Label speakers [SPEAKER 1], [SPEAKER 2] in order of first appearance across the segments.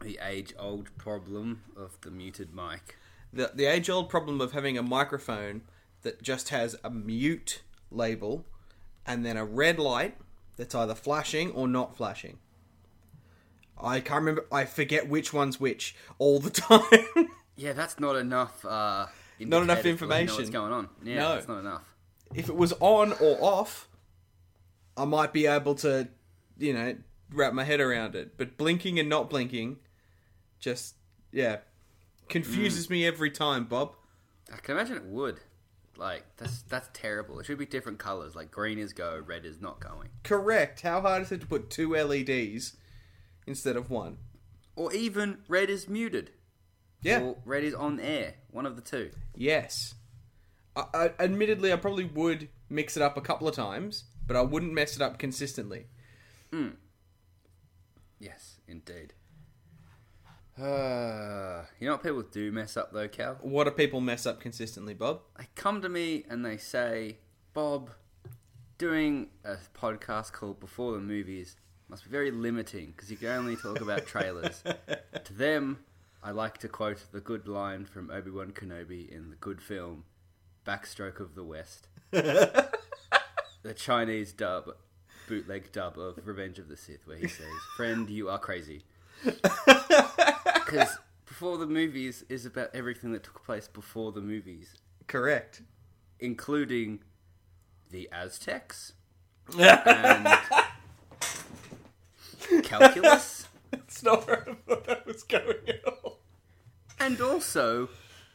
[SPEAKER 1] the age-old problem of the muted mic.
[SPEAKER 2] the, the age old problem of having a microphone that just has a mute label and then a red light that's either flashing or not flashing. I can't remember, I forget which one's which all the time.
[SPEAKER 1] Yeah, that's not enough. Uh,
[SPEAKER 2] Not enough
[SPEAKER 1] indicator to let you know what's
[SPEAKER 2] information.
[SPEAKER 1] going on? Yeah,
[SPEAKER 2] No.
[SPEAKER 1] that's not enough.
[SPEAKER 2] if it was on or off, I might be able to, you know, wrap my head around it. But blinking and not blinking just, yeah, confuses me every time, Bob.
[SPEAKER 1] I can imagine it would. Like that's that's terrible. It should be different colors. Like green is go, red is not going.
[SPEAKER 2] Correct. How hard is it to put two LEDs instead of one?
[SPEAKER 1] Or even red is muted.
[SPEAKER 2] Yeah.
[SPEAKER 1] Or red is on air. One of the two.
[SPEAKER 2] Yes. I, I, admittedly, I probably would mix it up a couple of times, but I wouldn't mess it up consistently.
[SPEAKER 1] Yes, indeed. Uh, you know what people do mess up though, Cal?
[SPEAKER 2] What do people mess up consistently, Bob?
[SPEAKER 1] They come to me and they say, Bob, doing a podcast called Before the Movies must be very limiting because you can only talk about trailers. to them, I like to quote the good line from Obi Wan Kenobi in the good film, Backstroke of the West, the Chinese dub, bootleg dub of Revenge of the Sith, where he says, Friend, you are crazy. Because Before the Movies is about everything that took place before the movies
[SPEAKER 2] Correct.
[SPEAKER 1] including the Aztecs and calculus,
[SPEAKER 2] It's not where I thought that was going at all.
[SPEAKER 1] and also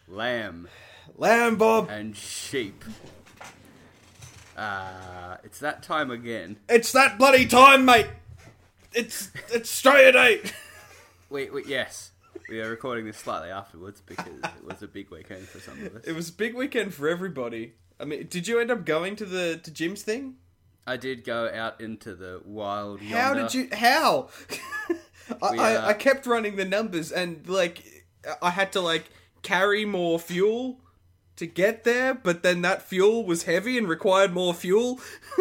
[SPEAKER 1] lamb
[SPEAKER 2] Lamb, Bob.
[SPEAKER 1] and sheep. Ah, it's that time again.
[SPEAKER 2] It's that bloody time, mate. It's it's Australia Day.
[SPEAKER 1] Wait, wait, yes. We are recording this slightly afterwards because it was a big weekend for some of us.
[SPEAKER 2] It was a big weekend for everybody. I mean, did you end up going to the to Jim's thing?
[SPEAKER 1] I did go out into the wild. Yonder.
[SPEAKER 2] How did you? How? I,
[SPEAKER 1] We, uh,
[SPEAKER 2] I, I kept running the numbers, and like, I had to like carry more fuel to get there, but then that fuel was heavy and required more fuel,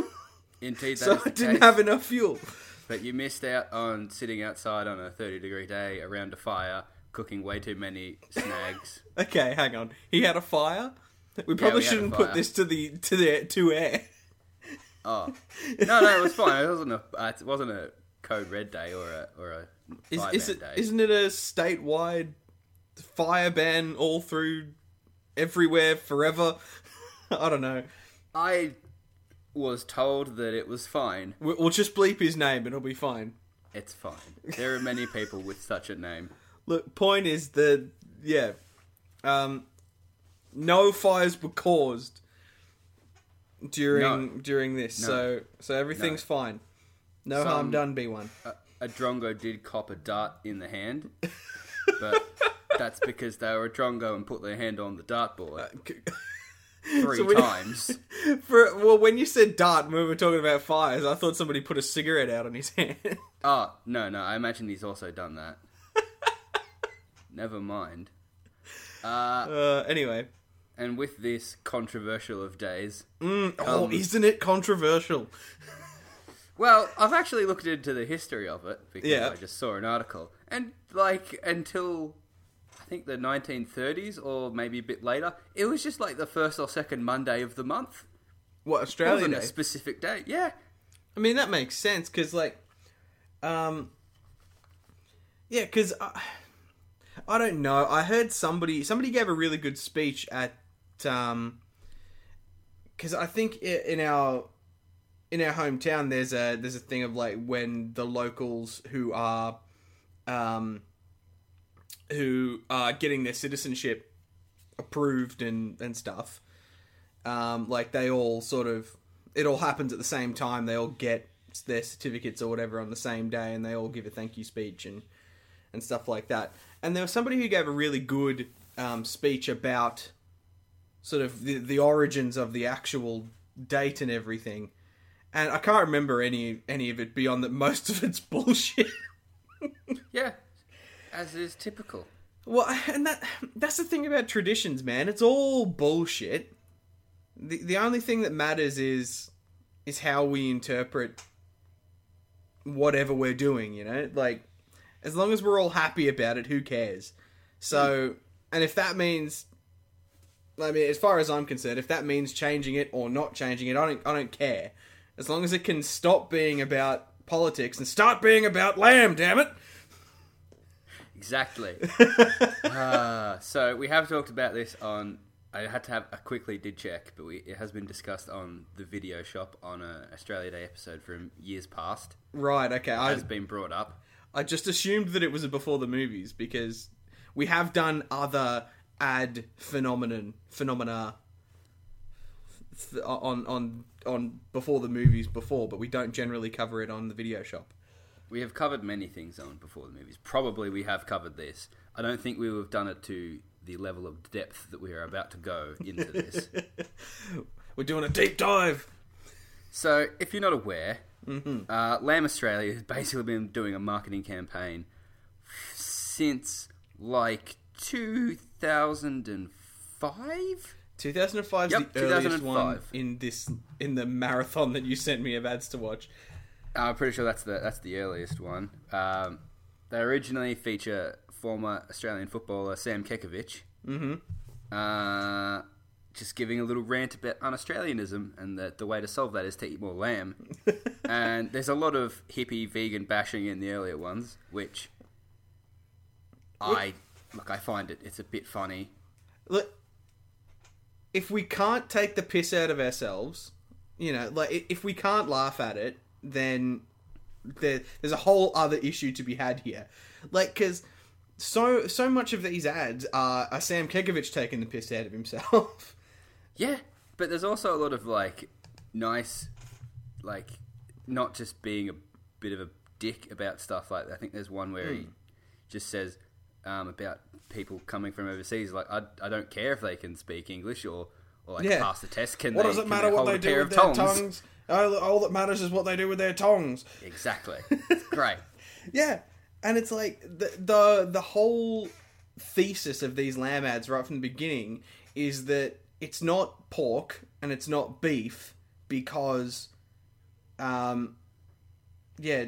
[SPEAKER 1] Indeed, that
[SPEAKER 2] so
[SPEAKER 1] is
[SPEAKER 2] I
[SPEAKER 1] the
[SPEAKER 2] didn't
[SPEAKER 1] case.
[SPEAKER 2] have enough fuel.
[SPEAKER 1] But you missed out on sitting outside on a 30 degree day around a fire, cooking way too many snags.
[SPEAKER 2] Okay, hang on. He had a fire. We probably
[SPEAKER 1] we had a
[SPEAKER 2] shouldn't put
[SPEAKER 1] fire.
[SPEAKER 2] this to the to the to air.
[SPEAKER 1] oh. No, no, it was fine. It wasn't a, uh, it wasn't a code red day or a, or a
[SPEAKER 2] Is,
[SPEAKER 1] fire
[SPEAKER 2] is
[SPEAKER 1] ban
[SPEAKER 2] it
[SPEAKER 1] day.
[SPEAKER 2] isn't it a statewide fire ban all through everywhere forever? I don't know.
[SPEAKER 1] I was told that it was fine.
[SPEAKER 2] We- We'll just bleep his name and it'll be fine.
[SPEAKER 1] It's fine. There are many people with such a name.
[SPEAKER 2] Look, point is the yeah, um, no fires were caused during during this,
[SPEAKER 1] No.
[SPEAKER 2] so so everything's fine. No harm
[SPEAKER 1] Some-
[SPEAKER 2] done, B one.
[SPEAKER 1] A, a drongo did cop a dart in the hand, but that's because they were a drongo and put their hand on the dartboard three
[SPEAKER 2] Uh, so we-
[SPEAKER 1] times.
[SPEAKER 2] For well, when you said dart, when we were talking about fires, I thought somebody put a cigarette out on his hand.
[SPEAKER 1] Oh, no, no. I imagine he's also done that. Never mind. Uh,
[SPEAKER 2] uh, anyway,
[SPEAKER 1] and with this controversial of days.
[SPEAKER 2] oh,
[SPEAKER 1] Um,
[SPEAKER 2] isn't it controversial?
[SPEAKER 1] Well, I've actually looked into the history of it because
[SPEAKER 2] Yeah.
[SPEAKER 1] I just saw an article. And, like, until I think the 1930s or maybe a bit later, it was just like the first or second Monday of the month.
[SPEAKER 2] What
[SPEAKER 1] It
[SPEAKER 2] Australia
[SPEAKER 1] wasn't
[SPEAKER 2] Day?
[SPEAKER 1] a specific day. Yeah.
[SPEAKER 2] I mean, that makes sense because, like, um, yeah, because I, I don't know. I heard somebody somebody gave a really good speech at, um, because I think i- in our in our hometown there's a there's a thing of like when the locals who are, um, who are getting their citizenship approved and and stuff, um, like they all sort of it all happens at the same time they all get their certificates or whatever on the same day and they all give a thank you speech and and stuff like that and there was somebody who gave a really good um, speech about sort of the, the origins of the actual date and everything and i can't remember any any of it beyond that most of it's bullshit
[SPEAKER 1] Yeah. As is typical.
[SPEAKER 2] Well, and that that's the thing about traditions, man. It's all bullshit. The the only thing that matters is is how we interpret whatever we're doing, you know? Like As long as we're all happy about it, who cares? So, and if that means, I mean, as far as I'm concerned, if that means changing it or not changing it, I don't, I don't care. As long as it can stop being about politics and start being about lamb, damn it.
[SPEAKER 1] Exactly. uh, so we have talked about this on. I had to have I quickly did check, but we, it has been discussed on the video shop on a Australia Day episode from years past.
[SPEAKER 2] Right. Okay. I,
[SPEAKER 1] Has been brought up.
[SPEAKER 2] I just assumed that it was before the movies because we have done other ad phenomenon phenomena th- on on on before the movies before, but we don't generally cover it on the video shop.
[SPEAKER 1] We have covered many things on before the movies. Probably we have covered this. I don't think we would have done it to the level of depth that we are about to go into this.
[SPEAKER 2] We're doing a deep dive.
[SPEAKER 1] So, if you're not aware, uh, Lamb Australia has basically been doing a marketing campaign since like 2005.
[SPEAKER 2] 2005 is
[SPEAKER 1] Yep,
[SPEAKER 2] the earliest
[SPEAKER 1] 2005.
[SPEAKER 2] one in this in the marathon that you sent me of ads to watch.
[SPEAKER 1] I'm pretty sure that's the that's the earliest one. Um, they originally feature former Australian footballer Sam Kekovich, mm-hmm. uh, just giving a little rant about un-Australianism and that the way to solve that is to eat more lamb. and there's a lot of hippie vegan bashing in the earlier ones, which I look I find it it's a bit funny.
[SPEAKER 2] look, if we can't take the piss out of ourselves, you know, like i- if we can't laugh at it, then there, there's a whole other issue to be had here. Like, because so so much of these ads are, are Sam Kekovich taking the piss out of himself.
[SPEAKER 1] Yeah, but there's also a lot of like nice, like not just being a bit of a dick about stuff like that. I think there's one where
[SPEAKER 2] Hmm.
[SPEAKER 1] he just says um, about people coming from overseas, like I, I don't care if they can speak English or or like
[SPEAKER 2] Yeah.
[SPEAKER 1] pass the test. Can
[SPEAKER 2] what
[SPEAKER 1] they,
[SPEAKER 2] does it
[SPEAKER 1] can
[SPEAKER 2] matter what
[SPEAKER 1] hold
[SPEAKER 2] they
[SPEAKER 1] a
[SPEAKER 2] do
[SPEAKER 1] pair
[SPEAKER 2] with
[SPEAKER 1] of
[SPEAKER 2] their tongs? All, all that matters is what they do with their tongs.
[SPEAKER 1] Exactly. It's great.
[SPEAKER 2] Yeah, and it's like the the the whole thesis of these lamb ads right from the beginning is that it's not pork and it's not beef because, um, yeah,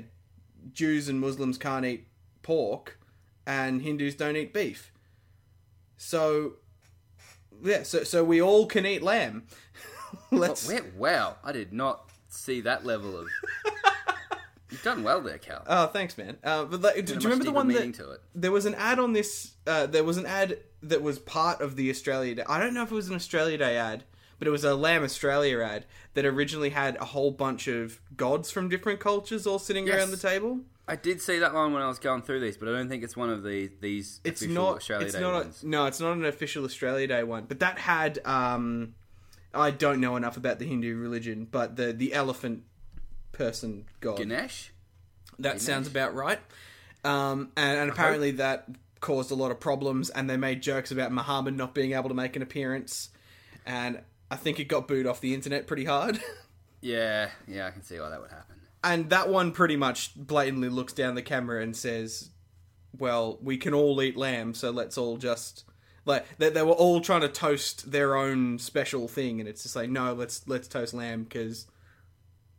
[SPEAKER 2] Jews and Muslims can't eat pork and Hindus don't eat beef. So, yeah, so so we all can eat lamb.
[SPEAKER 1] But
[SPEAKER 2] Let's
[SPEAKER 1] where- wow, I did not see that level of. You've done well there, Cal.
[SPEAKER 2] Oh, thanks, man. Uh, but like, do you
[SPEAKER 1] There's a much
[SPEAKER 2] remember the
[SPEAKER 1] deeper
[SPEAKER 2] one
[SPEAKER 1] meaning
[SPEAKER 2] that
[SPEAKER 1] to it.
[SPEAKER 2] there was an ad on this? Uh, there was an ad that was part of the Australia Day. I don't know if it was an Australia Day ad, but it was a Lamb Australia ad that originally had a whole bunch of gods from different cultures all sitting
[SPEAKER 1] Yes.
[SPEAKER 2] around the table.
[SPEAKER 1] I did see that one when I was going through these, but I don't think it's one of the, these
[SPEAKER 2] It's
[SPEAKER 1] official
[SPEAKER 2] not.
[SPEAKER 1] Australia
[SPEAKER 2] it's
[SPEAKER 1] Day
[SPEAKER 2] not.
[SPEAKER 1] ones.
[SPEAKER 2] A, no, it's not an official Australia Day one. But that had. Um, I don't know enough about the Hindu religion, but the the elephant person god.
[SPEAKER 1] Ganesh?
[SPEAKER 2] That sounds about right. Um, and, and apparently that caused a lot of problems, and they made jokes about Muhammad not being able to make an appearance. And I think it got booed off the internet pretty hard.
[SPEAKER 1] Yeah, yeah, I can see why that would happen.
[SPEAKER 2] and that one pretty much blatantly looks down the camera and says, Well, we can all eat lamb, so let's all just. Like they, they were all trying to toast their own special thing, and it's just like, no, let's let's toast lamb because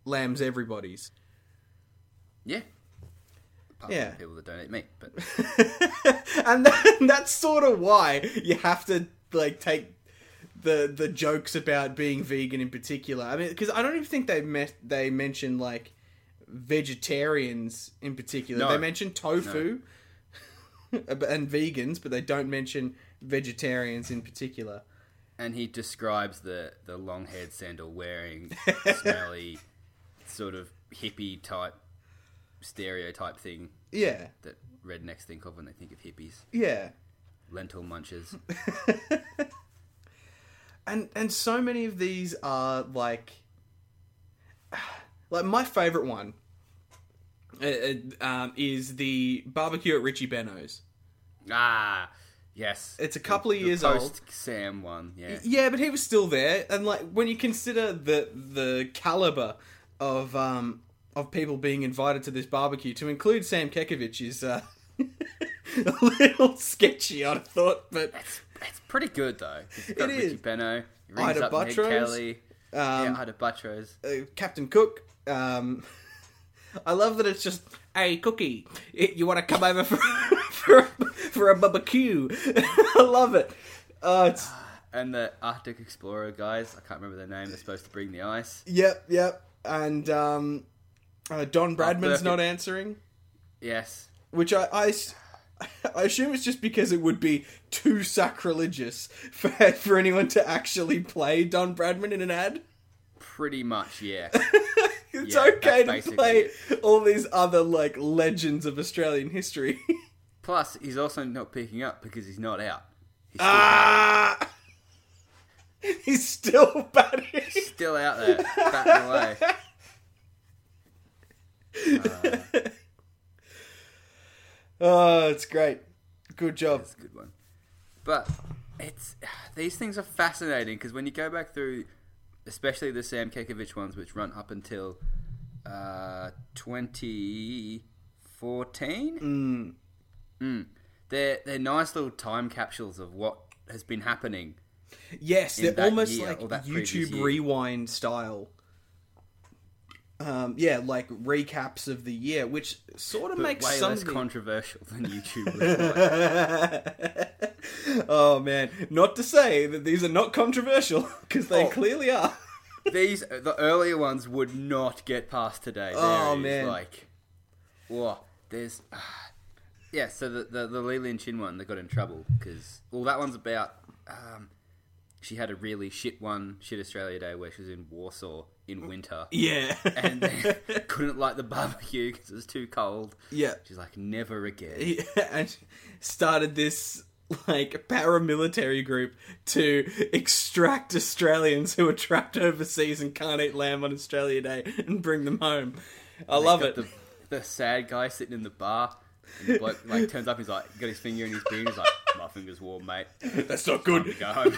[SPEAKER 2] lamb's everybody's.
[SPEAKER 1] Yeah. Apart
[SPEAKER 2] Yeah.
[SPEAKER 1] From people that don't eat meat, but
[SPEAKER 2] and that, that's sort of why you have to like take the the jokes about being vegan in particular. I mean, because I don't even think they met they mentioned like vegetarians in particular.
[SPEAKER 1] No.
[SPEAKER 2] They mention tofu and vegans, but they don't mention vegetarians in particular.
[SPEAKER 1] and he describes the the long haired sandal wearing smelly sort of hippie type stereotype thing
[SPEAKER 2] Yeah,
[SPEAKER 1] that rednecks think of when they think of hippies.
[SPEAKER 2] yeah.
[SPEAKER 1] Lentil munchers.
[SPEAKER 2] and and so many of these are like like my favorite one uh, uh, um, is the barbecue at Richie Benno's.
[SPEAKER 1] ah yes.
[SPEAKER 2] It's a couple of
[SPEAKER 1] The
[SPEAKER 2] years
[SPEAKER 1] post
[SPEAKER 2] old.
[SPEAKER 1] Sam one, yeah.
[SPEAKER 2] Yeah, but he was still there, and like when you consider the the caliber of um of people being invited to this barbecue, to include Sam Kekovich is uh, a little sketchy. I'd have thought, but
[SPEAKER 1] It's pretty good though. It's got
[SPEAKER 2] It
[SPEAKER 1] Ricky
[SPEAKER 2] is.
[SPEAKER 1] Benno, he rings
[SPEAKER 2] Ida
[SPEAKER 1] up Ned
[SPEAKER 2] Buttrose.
[SPEAKER 1] Kelly,
[SPEAKER 2] um,
[SPEAKER 1] yeah, Ida Buttrose.
[SPEAKER 2] uh, Captain Cook. Um, I love that it's just, hey, Cookie, i- you want to come over for for, for a barbecue? I love it. Uh, it's,
[SPEAKER 1] And the Arctic Explorer guys, I can't remember their name, they're supposed to bring the ice.
[SPEAKER 2] yep, yep. And um, uh, Don Bradman's
[SPEAKER 1] perfect.
[SPEAKER 2] not answering,
[SPEAKER 1] Yes.
[SPEAKER 2] which I, I s- I assume it's just because it would be too sacrilegious for, for anyone to actually play Don Bradman in an ad.
[SPEAKER 1] Pretty much, yeah.
[SPEAKER 2] It's
[SPEAKER 1] Yeah,
[SPEAKER 2] okay
[SPEAKER 1] that's basically
[SPEAKER 2] to play all these other like legends of Australian history.
[SPEAKER 1] Plus, he's also not picking up because he's not out. He's still,
[SPEAKER 2] Ah, he's still batting.
[SPEAKER 1] still out there, batting away.
[SPEAKER 2] Oh, it's great. Good job.
[SPEAKER 1] That's a good one. But it's these things are fascinating because when you go back through, especially the Sam Kekovich ones, which run up until uh, 2014, Mm. they're they're nice little time capsules of what has been happening.
[SPEAKER 2] Yes, they're
[SPEAKER 1] that
[SPEAKER 2] almost
[SPEAKER 1] year,
[SPEAKER 2] like
[SPEAKER 1] or that previous
[SPEAKER 2] YouTube
[SPEAKER 1] year.
[SPEAKER 2] rewind style. Um, yeah, like recaps of the year, which sort of makes
[SPEAKER 1] Way
[SPEAKER 2] some
[SPEAKER 1] less controversial than YouTube. replies.
[SPEAKER 2] oh man, not to say that these are not controversial because they
[SPEAKER 1] Oh.
[SPEAKER 2] clearly are.
[SPEAKER 1] These the earlier ones would not get past today. There
[SPEAKER 2] Oh,
[SPEAKER 1] is,
[SPEAKER 2] man.
[SPEAKER 1] like whoa, there's yeah. So the the, the Leland Chin one, they got in trouble because well, that one's about um, she had a really shit one, shit Australia Day where she was in Warsaw in winter
[SPEAKER 2] Yeah,
[SPEAKER 1] and couldn't light the barbecue because it was too cold.
[SPEAKER 2] yeah,
[SPEAKER 1] She's like, never again.
[SPEAKER 2] and started this like paramilitary group to extract Australians who are trapped overseas and can't eat lamb on Australia Day and bring them home. I love
[SPEAKER 1] Got
[SPEAKER 2] it.
[SPEAKER 1] The, the sad guy sitting in the bar. And the bloke like turns up, he's like got his finger in his beard, he's like, My finger's warm, mate.
[SPEAKER 2] That's not
[SPEAKER 1] Time to
[SPEAKER 2] good.
[SPEAKER 1] go home.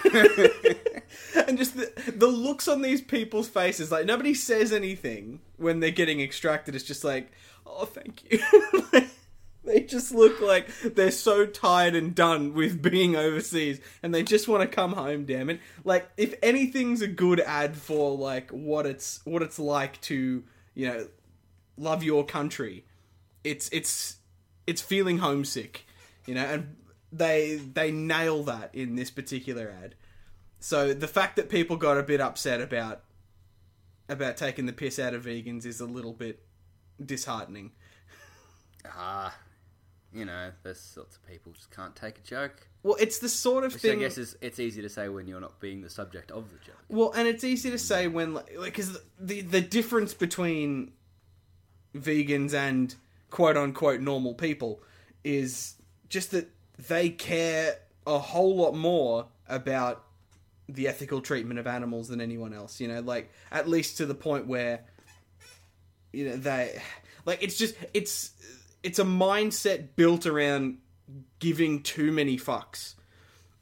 [SPEAKER 2] And just the, the looks on these people's faces, like nobody says anything when they're getting extracted. It's just like, oh, thank you. they just look like they're so tired and done with being overseas, and they just want to come home. Damn it! Like if anything's a good ad for like what it's what it's like to you know love your country, it's it's it's feeling homesick, you know, and they they nail that in this particular ad. So the fact that people got a bit upset about about taking the piss out of vegans is a little bit disheartening.
[SPEAKER 1] Ah, you know, those sorts of people just can't take a joke.
[SPEAKER 2] Well, it's the sort of
[SPEAKER 1] Which
[SPEAKER 2] thing.
[SPEAKER 1] I guess is it's easy to say when you're not being the subject of the joke.
[SPEAKER 2] Well, and it's easy to say when, like, because the the difference between vegans and quote unquote normal people is just that they care a whole lot more about the ethical treatment of animals than anyone else. You know, like at least to the point where you know they like it's just it's it's a mindset built around giving too many fucks.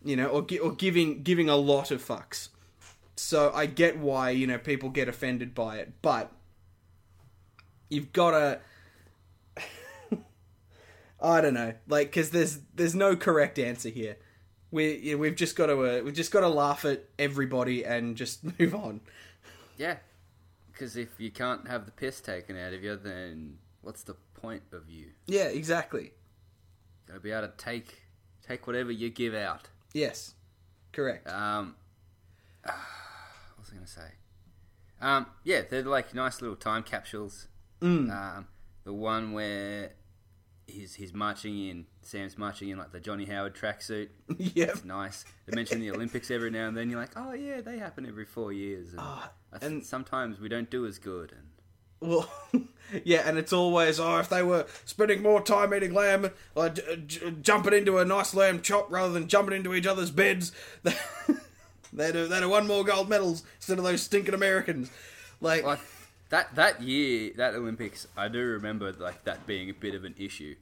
[SPEAKER 2] You know, or gi- or giving giving a lot of fucks. So I get why, you know, people get offended by it, but you've got to I don't know. Like cuz there's there's no correct answer here. We yeah, we've just got to uh, we've just got to laugh at everybody and just move on.
[SPEAKER 1] Yeah, because if you can't have the piss taken out of you, then what's the point of you?
[SPEAKER 2] Yeah, exactly.
[SPEAKER 1] Gotta be able to take take whatever you give out.
[SPEAKER 2] Yes. Correct.
[SPEAKER 1] Um, what was I gonna say? Um, yeah, they're like nice little time capsules. Um, the one where he's he's marching in, Sam's marching in like the Johnny Howard tracksuit.
[SPEAKER 2] yep.
[SPEAKER 1] It's nice. They mention the Olympics every now and then. You're like, oh yeah, they happen every four years, and,
[SPEAKER 2] Ah,
[SPEAKER 1] I th-
[SPEAKER 2] and-
[SPEAKER 1] sometimes we don't do as good. And
[SPEAKER 2] Well, yeah, and it's always oh, if they were spending more time eating lamb, uh, j- j- jumping into a nice lamb chop rather than jumping into each other's beds, they'd have, they'd have won more gold medals instead of those stinking Americans. Like,
[SPEAKER 1] like that that year, that Olympics, I do remember like that being a bit of an issue,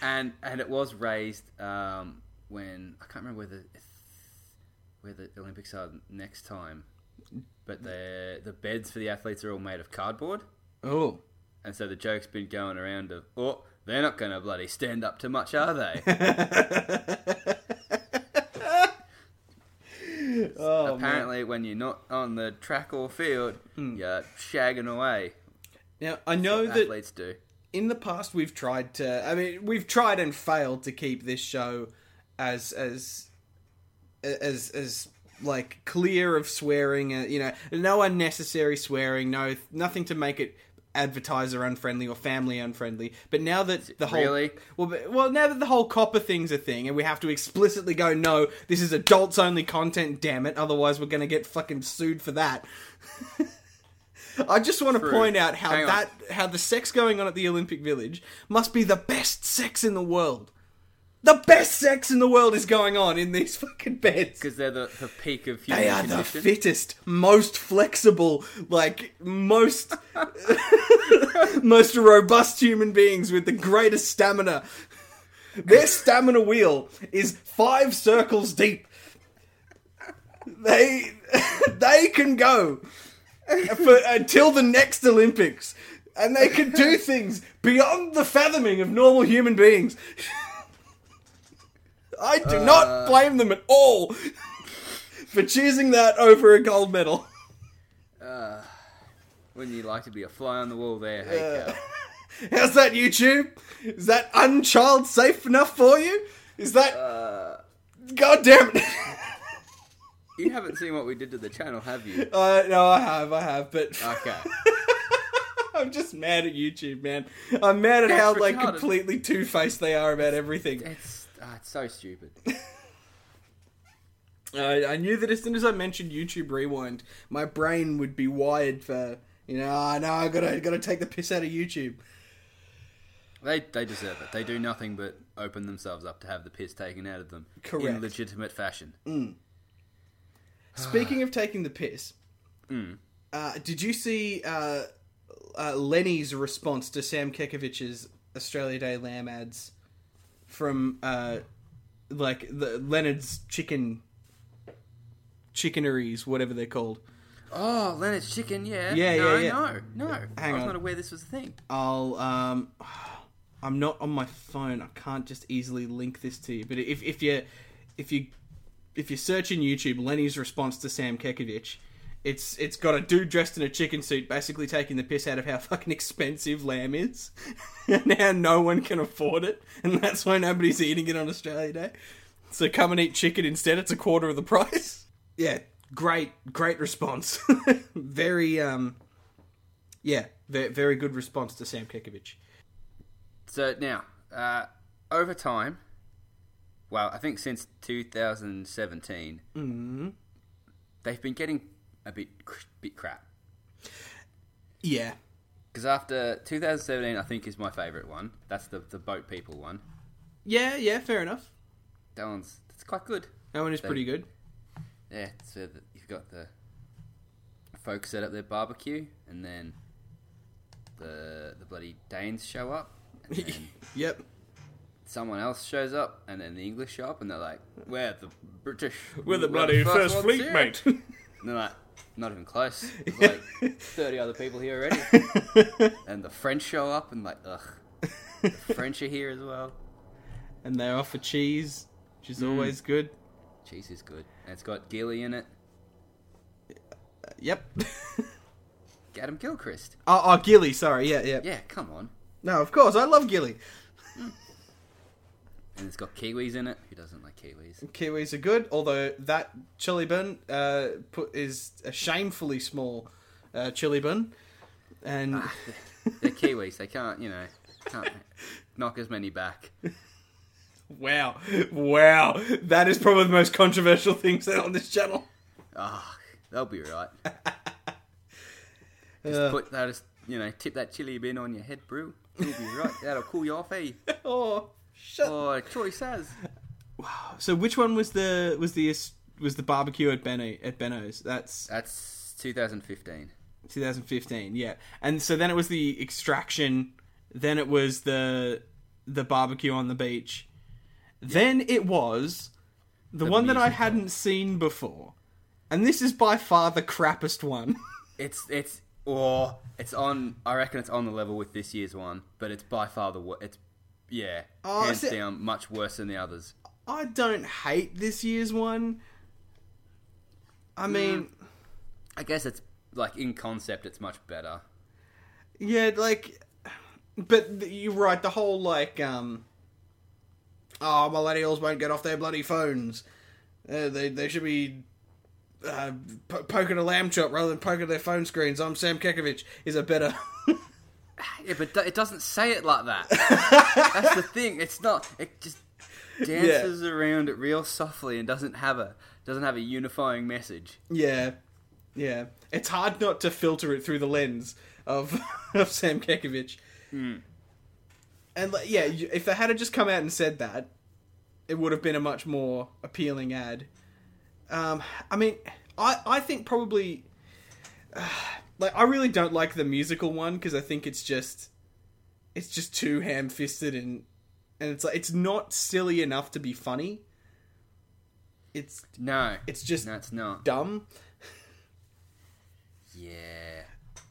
[SPEAKER 1] and and it was raised um, when I can't remember where the where the Olympics are next time, but the the beds for the athletes are all made of cardboard.
[SPEAKER 2] oh,
[SPEAKER 1] And so the joke's been going around of, oh, they're not going to bloody stand up to much, are they?
[SPEAKER 2] oh, man. Oh, Hmm.
[SPEAKER 1] Apparently, when you're not on the track or field, you're shagging away.
[SPEAKER 2] Now I know that
[SPEAKER 1] athletes do.
[SPEAKER 2] in the past we've tried to i mean we've tried and failed to keep this show as as as as like clear of swearing uh, you know no unnecessary swearing no nothing to make it advertiser unfriendly or family unfriendly but now that the whole
[SPEAKER 1] really?
[SPEAKER 2] well but, well now that the whole copper thing's a thing and we have to explicitly go no this is adults only content damn it otherwise we're going to get fucking sued for that I just want to
[SPEAKER 1] True.
[SPEAKER 2] point out how
[SPEAKER 1] Hang on.
[SPEAKER 2] that how the sex going on at the Olympic Village must be the best sex in the world. The best sex in the world is going on in these fucking beds.
[SPEAKER 1] Because they're the, the peak of human
[SPEAKER 2] They are the
[SPEAKER 1] condition.
[SPEAKER 2] fittest, most flexible, like most most robust human beings with the greatest stamina. Their stamina wheel is five circles deep. They they can go for, until the next Olympics, and they can do things beyond the fathoming of normal human beings. I do not blame them at all for choosing that over a gold medal.
[SPEAKER 1] Wouldn't you like to be a fly on the wall there, hey Cal?
[SPEAKER 2] How's that, YouTube? Is that unchild safe enough for you? Is that.
[SPEAKER 1] Uh,
[SPEAKER 2] God damn it!
[SPEAKER 1] You haven't seen what we did to the channel, have you?
[SPEAKER 2] uh, no, I have, I have, but
[SPEAKER 1] Okay.
[SPEAKER 2] I'm just mad at YouTube, man. I'm mad at how
[SPEAKER 1] That's
[SPEAKER 2] like
[SPEAKER 1] retarded.
[SPEAKER 2] completely two faced they are about everything.
[SPEAKER 1] It's, ah, it's so stupid.
[SPEAKER 2] I, I knew that as soon as I mentioned YouTube Rewind, my brain would be wired for you know. Ah, no, I gotta gotta take the piss out of YouTube.
[SPEAKER 1] They they deserve it. They do nothing but open themselves up to have the piss taken out of them
[SPEAKER 2] Correct. Mm.
[SPEAKER 1] in legitimate fashion.
[SPEAKER 2] Speaking of taking the piss, uh, did you see uh, uh, Lenny's response to Sam Kekovich's Australia Day lamb ads from uh, like the Leonard's chicken chickeneries, whatever they're called?
[SPEAKER 1] Oh, Leonard's chicken, yeah.
[SPEAKER 2] Yeah,
[SPEAKER 1] no,
[SPEAKER 2] yeah, yeah.
[SPEAKER 1] No, no. I
[SPEAKER 2] Hang
[SPEAKER 1] was
[SPEAKER 2] on.
[SPEAKER 1] not aware this was a thing.
[SPEAKER 2] I'll um I'm not on my phone. I can't just easily link this to you. But if if you if you if you search in YouTube Lenny's response to Sam Kekovich, it's it's got a dude dressed in a chicken suit basically taking the piss out of how fucking expensive lamb is and how no one can afford it and that's why nobody's eating it on Australia Day. So come and eat chicken instead. It's a quarter of the price. Yeah, great great response. very um yeah, ve- very good response to Sam Kekovich.
[SPEAKER 1] So now, uh, over time, well, I think since 2017,
[SPEAKER 2] Mm. Mm-hmm.
[SPEAKER 1] they've been getting a bit cr- bit crap.
[SPEAKER 2] Yeah.
[SPEAKER 1] Because after 2017, I think is my favourite one. That's the the boat people one.
[SPEAKER 2] Yeah, yeah, fair enough.
[SPEAKER 1] That one's that's quite good.
[SPEAKER 2] That one is pretty good.
[SPEAKER 1] Yeah, so that you've got the folks set up their barbecue, and then the the bloody Danes show up, and then
[SPEAKER 2] Yep.
[SPEAKER 1] someone else shows up, and then the English show up, and they're like, "We're the British,
[SPEAKER 2] We're the
[SPEAKER 1] we're
[SPEAKER 2] bloody
[SPEAKER 1] first
[SPEAKER 2] first
[SPEAKER 1] ones
[SPEAKER 2] fleet,
[SPEAKER 1] here."
[SPEAKER 2] mate.
[SPEAKER 1] And they're like, "Not even close." There's like thirty other people here already, and the French show up, and like, ugh, the French are here as well.
[SPEAKER 2] and they offer cheese, which is always good.
[SPEAKER 1] Cheese is good, and it's got Gilly in it.
[SPEAKER 2] Uh, yep.
[SPEAKER 1] Adam Gilchrist.
[SPEAKER 2] oh, oh, Gilly, sorry. Yeah, yeah.
[SPEAKER 1] Yeah, come on.
[SPEAKER 2] No, of course. I love Gilly.
[SPEAKER 1] And it's got kiwis in it. Who doesn't like kiwis?
[SPEAKER 2] Kiwis are good, although that chili bun uh, put is a shamefully small uh, chili bun. And
[SPEAKER 1] They're Kiwis. They can't, you know, can't knock as many back.
[SPEAKER 2] wow, wow, that is probably the most controversial thing said on this channel.
[SPEAKER 1] Ah, they'll be right.
[SPEAKER 2] Uh.
[SPEAKER 1] Just put that, as- you know, tip that chili bin on your head, brew. You'll be right. That'll cool you off, eh?
[SPEAKER 2] Oh, shut
[SPEAKER 1] Oh, choice as.
[SPEAKER 2] So which one was the was the was the barbecue at Benno at Benno's? That's
[SPEAKER 1] That's 2015.
[SPEAKER 2] 2015, yeah. And so then it was the extraction, then it was the the barbecue on the beach. Then it was the, one that I
[SPEAKER 1] musical.
[SPEAKER 2] hadn't seen before. And this is by far the crappest one.
[SPEAKER 1] It's it's or it's on. I reckon it's on the level with this year's one, but it's by far the worst. It's yeah,
[SPEAKER 2] Oh,
[SPEAKER 1] hands
[SPEAKER 2] so-
[SPEAKER 1] down, much worse than the others.
[SPEAKER 2] I don't hate this year's one. I mean,
[SPEAKER 1] I guess it's like in concept, it's much better.
[SPEAKER 2] Yeah, like, but th- you're right. The whole like, um, oh, millennials won't get off their bloody phones. Uh, they they should be uh, po- poking a lamb chop rather than poking their phone screens. I'm Sam Kekovich is a better.
[SPEAKER 1] Yeah, but do- it doesn't say it like that. That's the thing. It's not. It just dances around it real softly and doesn't have a doesn't have a unifying message.
[SPEAKER 2] yeah, yeah. It's hard not to filter it through the lens of of Sam Kekovich. And like, yeah, you- if they had just come out and said that, it would have been a much more appealing ad. Um, I mean, I I think probably like I really don't like the musical one because I think it's just it's just too ham fisted and and it's like it's not silly enough to be funny. It's
[SPEAKER 1] No,
[SPEAKER 2] it's just
[SPEAKER 1] no, it's not.
[SPEAKER 2] dumb.
[SPEAKER 1] Yeah,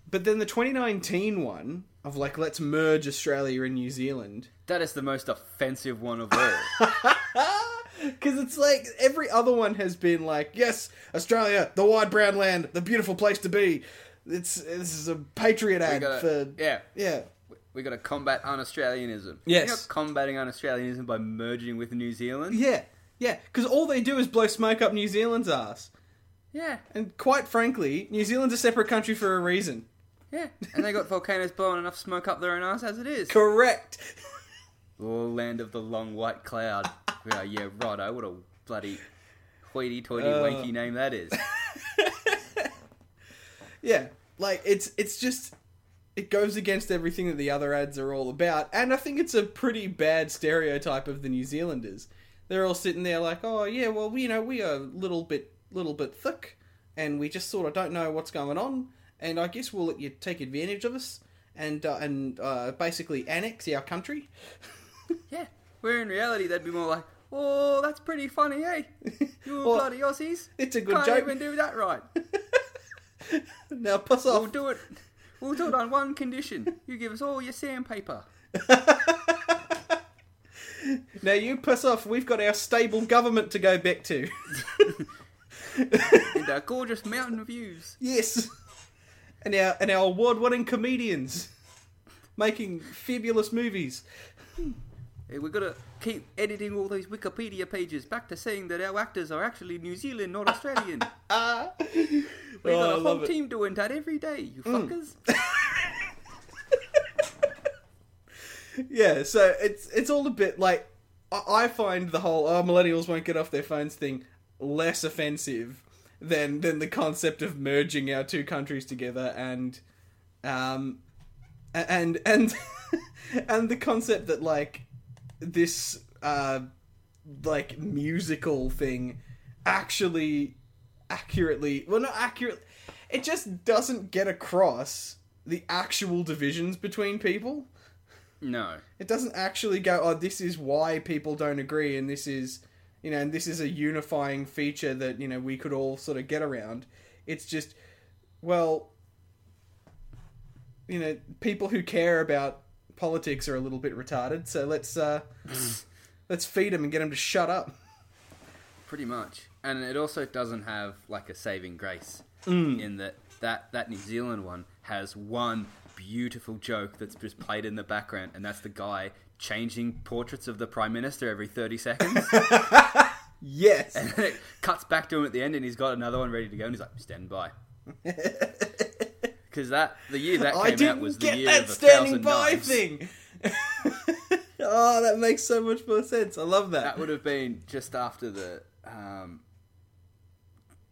[SPEAKER 2] But then the 2019 one of like let's merge Australia and New Zealand
[SPEAKER 1] that is the most offensive one of all.
[SPEAKER 2] because it's like every other one has been like yes Australia the wide brown land the beautiful place to be. It's this is a patriot
[SPEAKER 1] We
[SPEAKER 2] ad
[SPEAKER 1] gotta-
[SPEAKER 2] for
[SPEAKER 1] yeah,
[SPEAKER 2] yeah.
[SPEAKER 1] we got to combat un-Australianism.
[SPEAKER 2] Yes.
[SPEAKER 1] You're not combating un-Australianism by merging with New Zealand.
[SPEAKER 2] Yeah, yeah, because all they do is blow smoke up New Zealand's ass.
[SPEAKER 1] Yeah,
[SPEAKER 2] And quite frankly, New Zealand's a separate country for a reason.
[SPEAKER 1] yeah, and they got volcanoes blowing enough smoke up their own ass as it is.
[SPEAKER 2] Correct.
[SPEAKER 1] Oh, land of the long white cloud. yeah, yeah, righto. What a bloody hoity-toity,
[SPEAKER 2] Uh.
[SPEAKER 1] wanky name that is.
[SPEAKER 2] Yeah, like it's it's just it goes against everything that the other ads are all about, and I think it's a pretty bad stereotype of the New Zealanders. They're all sitting there like, oh yeah, well we- you know we are a little bit little bit thick, and we just sort of don't know what's going on, and I guess we'll let you take advantage of us and uh, and uh, basically annex our country.
[SPEAKER 1] Yeah, where in reality they'd be more like, "Oh, that's pretty funny, eh? You
[SPEAKER 2] Well,
[SPEAKER 1] bloody Aussies!
[SPEAKER 2] it's a good
[SPEAKER 1] Can't
[SPEAKER 2] joke."
[SPEAKER 1] even do that right.
[SPEAKER 2] now piss off.
[SPEAKER 1] We'll do it. We'll do it on one condition: you give us all your sandpaper."
[SPEAKER 2] Now you piss off. We've got our stable government to go back to.
[SPEAKER 1] And our gorgeous mountain views.
[SPEAKER 2] yes, and our and our award-winning comedians making fabulous movies.
[SPEAKER 1] Hey, We've got to keep editing all these Wikipedia pages back to saying that our actors are actually New Zealand, not Australian.
[SPEAKER 2] Ah,
[SPEAKER 1] We've
[SPEAKER 2] Oh, I
[SPEAKER 1] got a
[SPEAKER 2] love
[SPEAKER 1] whole
[SPEAKER 2] it. Mm.
[SPEAKER 1] team doing that every day, you fuckers.
[SPEAKER 2] Yeah, so it's it's all a bit like I- I find the whole "oh millennials won't get off their phones" thing less offensive than than the concept of merging our two countries together and um a- and and and the concept that like this uh like musical thing actually accurately well not accurate it just doesn't get across the actual divisions between people
[SPEAKER 1] No.
[SPEAKER 2] it doesn't actually go oh this is why people don't agree and this is you know and this is a unifying feature that you know we could all sort of get around it's just well you know people who care about politics are a little bit retarded so let's uh let's feed them and get them to shut up
[SPEAKER 1] Pretty much. And it also doesn't have like a saving grace
[SPEAKER 2] Mm.
[SPEAKER 1] in that that that New Zealand one has one beautiful joke that's just played in the background and that's the guy changing portraits of the prime minister every 30 seconds
[SPEAKER 2] yes
[SPEAKER 1] and then it cuts back to him at the end and he's got another one ready to go and he's like stand by because that the year that came
[SPEAKER 2] i
[SPEAKER 1] out
[SPEAKER 2] didn't
[SPEAKER 1] was the
[SPEAKER 2] get
[SPEAKER 1] year
[SPEAKER 2] that
[SPEAKER 1] of a thousand
[SPEAKER 2] standing by
[SPEAKER 1] knives.
[SPEAKER 2] thing oh that makes so much more sense i love that
[SPEAKER 1] that would have been just after the um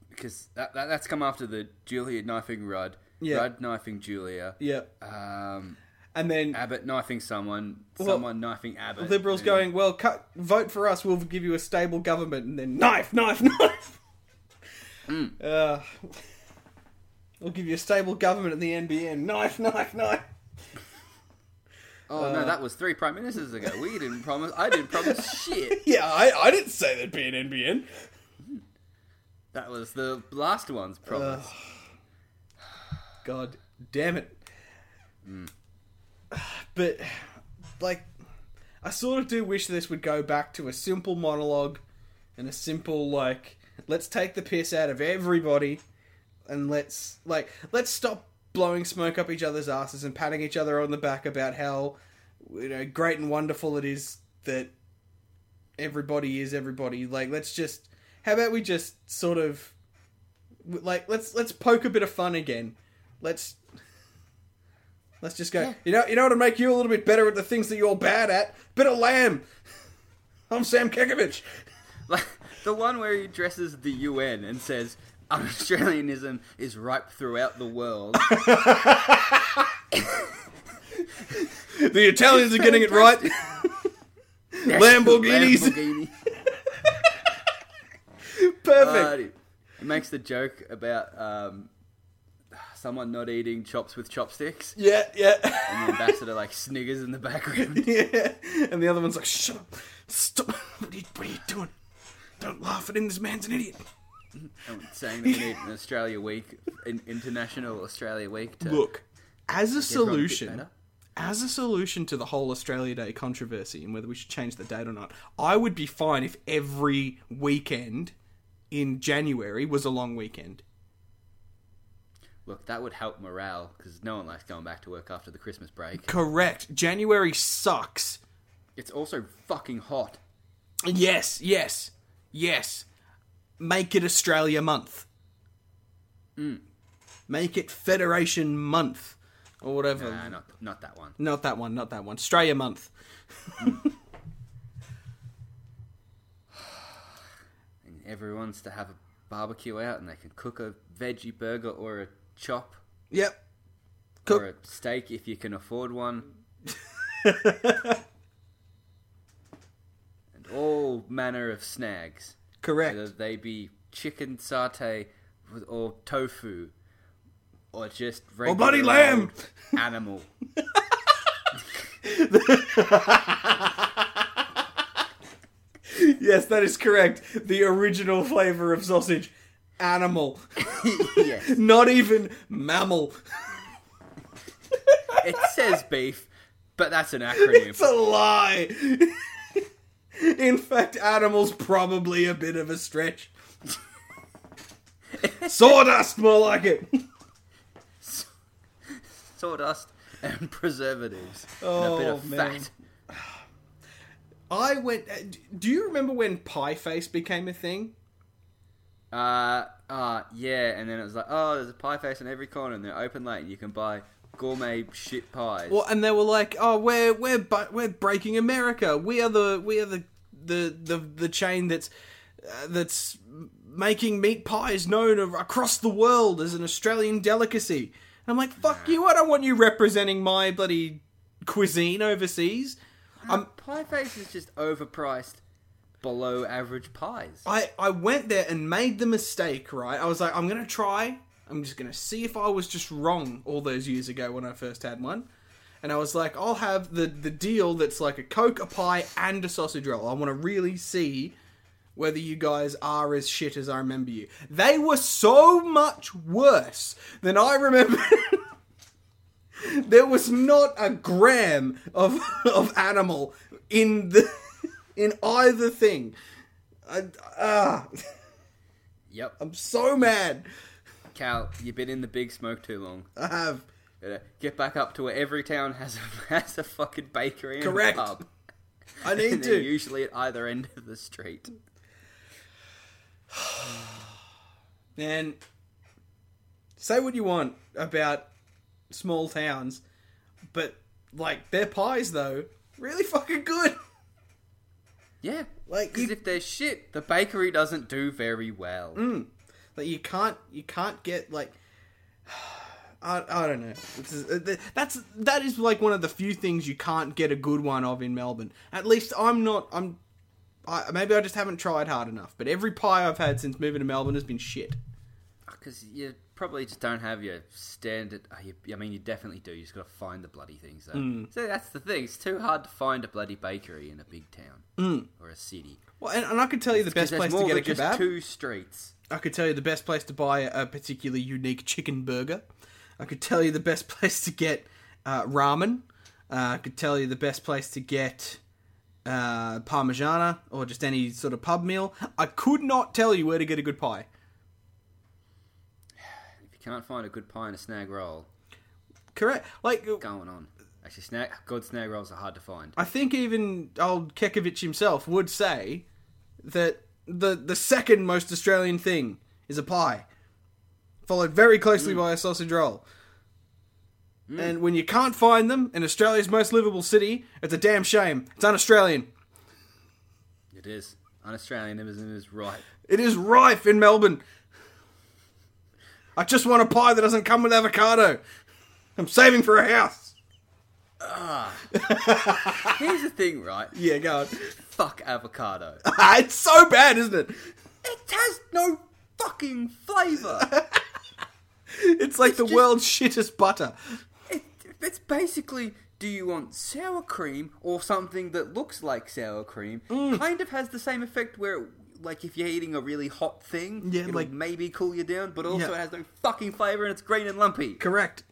[SPEAKER 1] because that, that that's come after the Julia knifing Rudd,
[SPEAKER 2] Yeah.
[SPEAKER 1] Rudd knifing Julia,
[SPEAKER 2] yep
[SPEAKER 1] um,
[SPEAKER 2] and then
[SPEAKER 1] Abbott knifing someone,
[SPEAKER 2] Well,
[SPEAKER 1] someone knifing Abbott.
[SPEAKER 2] Liberals
[SPEAKER 1] and-
[SPEAKER 2] going, well, cut, vote for us, we'll give you a stable government, and then knife, knife, knife. Uh, we'll give you a stable government at the NBN. Knife, knife, knife.
[SPEAKER 1] Oh
[SPEAKER 2] uh,
[SPEAKER 1] no, that was three prime ministers ago. We didn't promise. I didn't promise shit.
[SPEAKER 2] Yeah, I, I didn't say there'd be an NBN.
[SPEAKER 1] That was the last one's promise.
[SPEAKER 2] God damn it. But, like, I sort of do wish this would go back to a simple monologue and a simple, like, let's take the piss out of everybody and let's, like, let's stop blowing smoke up each other's asses and patting each other on the back about how you know great and wonderful it is that everybody is everybody. Like, let's just how about we just sort of like let's let's poke a bit of fun again. Let's let's just go.
[SPEAKER 1] Yeah.
[SPEAKER 2] You know, you know what'll make you a little bit better at the things that you're bad at. Bit of lamb. I'm Sam Kekovich.
[SPEAKER 1] Like the one where he dresses the UN and says Australianism is ripe throughout the world.
[SPEAKER 2] The Italians are getting it right. Lamborghinis.
[SPEAKER 1] Lamborghini. Uh,
[SPEAKER 2] Perfect.
[SPEAKER 1] he he makes the joke about um, someone not eating chops with chopsticks.
[SPEAKER 2] yeah, yeah.
[SPEAKER 1] And the ambassador like sniggers in the background.
[SPEAKER 2] yeah. And the other one's like, shut up. Stop. What are you, what are you doing? Don't laugh at him. This man's an idiot.
[SPEAKER 1] and saying that we need an Australia Week, an International Australia Week to
[SPEAKER 2] Look, as
[SPEAKER 1] everyone a
[SPEAKER 2] a
[SPEAKER 1] bit
[SPEAKER 2] solution,
[SPEAKER 1] better.
[SPEAKER 2] as a solution to the whole Australia Day controversy and whether we should change the date or not, I would be fine if every weekend in January was a long weekend.
[SPEAKER 1] Look, that would help morale because no one likes going back to work after the Christmas break.
[SPEAKER 2] Correct. January sucks.
[SPEAKER 1] It's also fucking hot.
[SPEAKER 2] Yes, yes, yes. Make it Australia month. Mm. Make it Federation month or whatever.
[SPEAKER 1] Nah, not not that one.
[SPEAKER 2] Not that one, not that one. Australia month.
[SPEAKER 1] And everyone's to have a barbecue out, and they can cook a veggie burger or a chop
[SPEAKER 2] Yep. Cook.
[SPEAKER 1] or a steak if you can afford one. and all manner of snags. Whether
[SPEAKER 2] Correct.
[SPEAKER 1] they be chicken satay with- or tofu or just regular
[SPEAKER 2] bloody lamb!
[SPEAKER 1] old animal.
[SPEAKER 2] Yes, that is correct. The original flavor of sausage. Animal.
[SPEAKER 1] yes.
[SPEAKER 2] Not even mammal.
[SPEAKER 1] It says beef, but that's an acronym.
[SPEAKER 2] It's a lie. In fact, animal's probably a bit of a stretch. Sawdust, more like it.
[SPEAKER 1] Sawdust and preservatives. and a bit
[SPEAKER 2] Oh,
[SPEAKER 1] of
[SPEAKER 2] man.
[SPEAKER 1] fat.
[SPEAKER 2] I went. uh, d- Do you remember when pie face became a thing?
[SPEAKER 1] Uh, uh, yeah, and then it was like, oh, there's a pie face in every corner, and they're open late, and you can buy gourmet shit pies.
[SPEAKER 2] Well, and they were like, "Oh, we're we're bu- we're breaking America. We are the we are the the the, the chain that's uh, that's making meat pies known ar- across the world as an Australian delicacy." And I'm like, "Fuck you! I don't want you representing my bloody cuisine overseas." I'm
[SPEAKER 1] Pie face is just overpriced, below average pies.
[SPEAKER 2] I, I went there and made the mistake, right? I was like, I'm going to try. I'm just going to see if I was just wrong all those years ago when I first had one. And I was like, I'll have the, the deal that's like a Coke, a pie, and a sausage roll. I want to really see whether you guys are as shit as I remember you. They were so much worse than I remember. there was not a gram of, of animal in the in either thing. I, ah,
[SPEAKER 1] Yep.
[SPEAKER 2] I'm so mad.
[SPEAKER 1] Cal, you've been in the big smoke too long.
[SPEAKER 2] I have
[SPEAKER 1] Gotta Get back up to where every town has a has a fucking bakery and
[SPEAKER 2] Correct.
[SPEAKER 1] a pub.
[SPEAKER 2] I
[SPEAKER 1] And
[SPEAKER 2] need
[SPEAKER 1] they're
[SPEAKER 2] to.
[SPEAKER 1] usually at either end of the street.
[SPEAKER 2] Man, say what you want about small towns, but like their pies though, really fucking good.
[SPEAKER 1] Yeah.
[SPEAKER 2] Like,
[SPEAKER 1] Because
[SPEAKER 2] you-
[SPEAKER 1] if they're shit, the bakery doesn't do very well.
[SPEAKER 2] Mm. Like you can't you can't get like I, I don't know. This is, that's that is like one of the few things you can't get a good one of in Melbourne. At least I'm not. I'm I, maybe I just haven't tried hard enough. But every pie I've had since moving to Melbourne has been shit.
[SPEAKER 1] Because you probably just don't have your standard. oh, you- I mean, you definitely do. You just got to find the bloody things. Though.
[SPEAKER 2] Mm.
[SPEAKER 1] So that's the thing. It's too hard to find a bloody bakery in a big town
[SPEAKER 2] Mm.
[SPEAKER 1] or a city.
[SPEAKER 2] Well, and, and I could tell you the
[SPEAKER 1] 'Cause
[SPEAKER 2] best
[SPEAKER 1] there's
[SPEAKER 2] place
[SPEAKER 1] more
[SPEAKER 2] to get a
[SPEAKER 1] than just
[SPEAKER 2] kebab.
[SPEAKER 1] two streets.
[SPEAKER 2] I could tell you the best place to buy a particularly unique chicken burger. I could tell you the best place to get uh, ramen. Uh, I could tell you the best place to get uh, parmigiana or just any sort of pub meal. I could not tell you where to get a good pie.
[SPEAKER 1] If you can't find a good pie and a snag roll,
[SPEAKER 2] correct. Like
[SPEAKER 1] going on. Actually, snag, good snag rolls are hard to find.
[SPEAKER 2] I think even old Kekovich himself would say that the the second most Australian thing is a pie, followed very closely by a sausage roll. And when you can't find them in Australia's most livable city, it's a damn shame. It's un-Australian.
[SPEAKER 1] It is. Un Australianism is right.
[SPEAKER 2] It is rife in Melbourne. I just want a pie that doesn't come with avocado. I'm saving for a house.
[SPEAKER 1] Here's the thing, right?
[SPEAKER 2] Yeah, go on.
[SPEAKER 1] Fuck avocado.
[SPEAKER 2] it's so bad, isn't it?
[SPEAKER 1] It has no fucking flavour.
[SPEAKER 2] It's like the world's shittest butter.
[SPEAKER 1] It, it's basically do you want sour cream or something that looks like sour cream?
[SPEAKER 2] Mm.
[SPEAKER 1] Kind of has the same effect where, like, if you're eating a really hot thing,
[SPEAKER 2] Yeah,
[SPEAKER 1] it'll
[SPEAKER 2] like-
[SPEAKER 1] maybe cool you down, but also
[SPEAKER 2] Yeah.
[SPEAKER 1] it has no fucking flavour and it's green and lumpy.
[SPEAKER 2] Correct.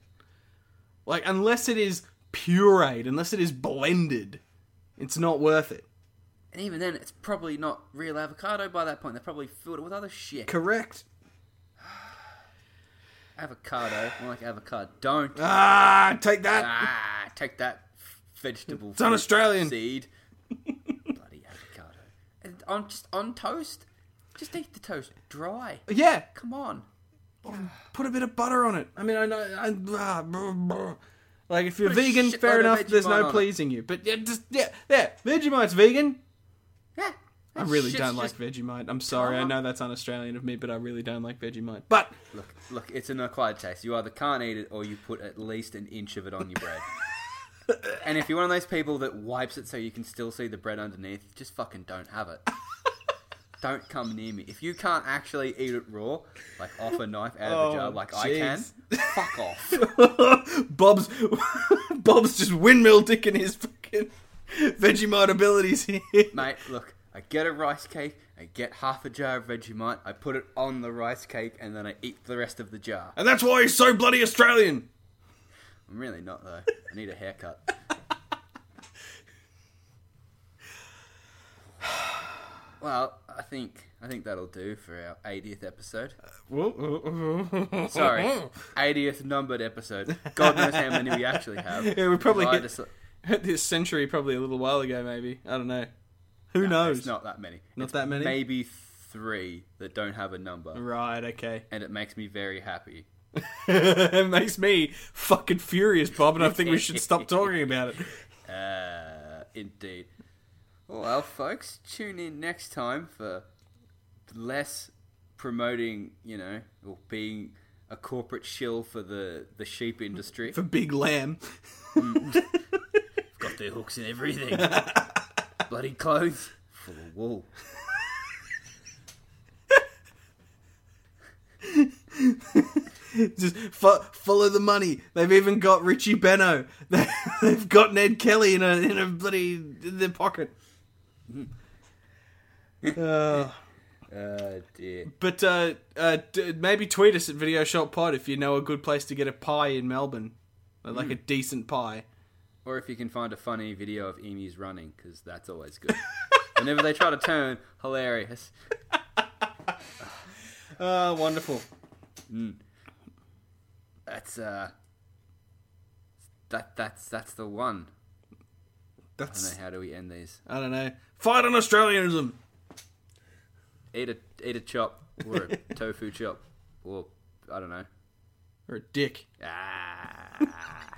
[SPEAKER 2] Like, unless it is pureed, unless it is blended, it's not worth it.
[SPEAKER 1] And even then, it's probably not real avocado by that point. They probably filled it with other shit.
[SPEAKER 2] Correct.
[SPEAKER 1] Avocado, more like avocado. Don't.
[SPEAKER 2] Ah, take that.
[SPEAKER 1] Ah, take that vegetable. It's
[SPEAKER 2] not Australian.
[SPEAKER 1] seed. Bloody avocado. And on just on toast. Just eat the toast dry.
[SPEAKER 2] Yeah,
[SPEAKER 1] Come on.
[SPEAKER 2] put a bit of butter on it. I mean, I know. I, ah, brr, brr. Like, if you're
[SPEAKER 1] Put a
[SPEAKER 2] vegan,
[SPEAKER 1] shitload
[SPEAKER 2] fair
[SPEAKER 1] of
[SPEAKER 2] enough. There's
[SPEAKER 1] Vegemite on
[SPEAKER 2] no
[SPEAKER 1] it.
[SPEAKER 2] pleasing you. But yeah, just yeah, there. Vegemite's vegan.
[SPEAKER 1] Yeah.
[SPEAKER 2] I really don't like Vegemite. I'm sorry. I
[SPEAKER 1] dumb.
[SPEAKER 2] know that's un-Australian of me, but I really don't like Vegemite. But
[SPEAKER 1] Look, look, it's an acquired taste. You either can't eat it or you put at least an inch of it on your bread. and if you're one of those people that wipes it so you can still see the bread underneath, just fucking don't have it. don't come near me. If you can't actually eat it raw, like off a knife out of
[SPEAKER 2] Oh,
[SPEAKER 1] a jar, like
[SPEAKER 2] jeez.
[SPEAKER 1] I can, fuck off.
[SPEAKER 2] Bob's Bob's just windmill dicking his fucking Vegemite abilities here.
[SPEAKER 1] Mate, look, I get a rice cake, I get half a jar of Vegemite, I put it on the rice cake, and then I eat the rest of the jar.
[SPEAKER 2] And that's why he's so bloody Australian.
[SPEAKER 1] I'm really not, though. I need a haircut. Well, I think I think that'll do for our 80th episode.
[SPEAKER 2] Uh,
[SPEAKER 1] Sorry,
[SPEAKER 2] oh.
[SPEAKER 1] 80th numbered episode. God knows how many we actually have.
[SPEAKER 2] Yeah, we probably
[SPEAKER 1] I
[SPEAKER 2] hit-
[SPEAKER 1] just-
[SPEAKER 2] Hit this century probably a little while ago, maybe. I don't know. Who
[SPEAKER 1] it's
[SPEAKER 2] knows?
[SPEAKER 1] not that many.
[SPEAKER 2] Not
[SPEAKER 1] It's
[SPEAKER 2] that many?
[SPEAKER 1] Maybe three that don't have a number,
[SPEAKER 2] Right, okay.
[SPEAKER 1] and it makes me very happy.
[SPEAKER 2] it makes me fucking furious, Bob, and I think we should stop talking about it.
[SPEAKER 1] Uh, indeed. Well, folks, tune in next time for less promoting, you know, or being a corporate shill for the, the sheep industry.
[SPEAKER 2] For Big Lamb.
[SPEAKER 1] Got their hooks in everything. Bloody clothes full of wool.
[SPEAKER 2] Just fo- follow the money. They've even got Richie Benno. They- They've got Ned Kelly in a in a bloody in their pocket. Uh,
[SPEAKER 1] Oh dear.
[SPEAKER 2] but uh, uh, d- maybe tweet us at Video Shop Pod if you know a good place to get a pie in Melbourne, Or, like a decent pie.
[SPEAKER 1] Or if you can find a funny video of emus running, because that's always good. Whenever they try to turn, hilarious.
[SPEAKER 2] Oh, wonderful.
[SPEAKER 1] That's uh, that that's that's the one. I
[SPEAKER 2] That's
[SPEAKER 1] don't know how do we end these.
[SPEAKER 2] I don't know. Fight on Australianism.
[SPEAKER 1] eat a eat a chop or a tofu chop or I don't know.
[SPEAKER 2] Or a dick.
[SPEAKER 1] Ah.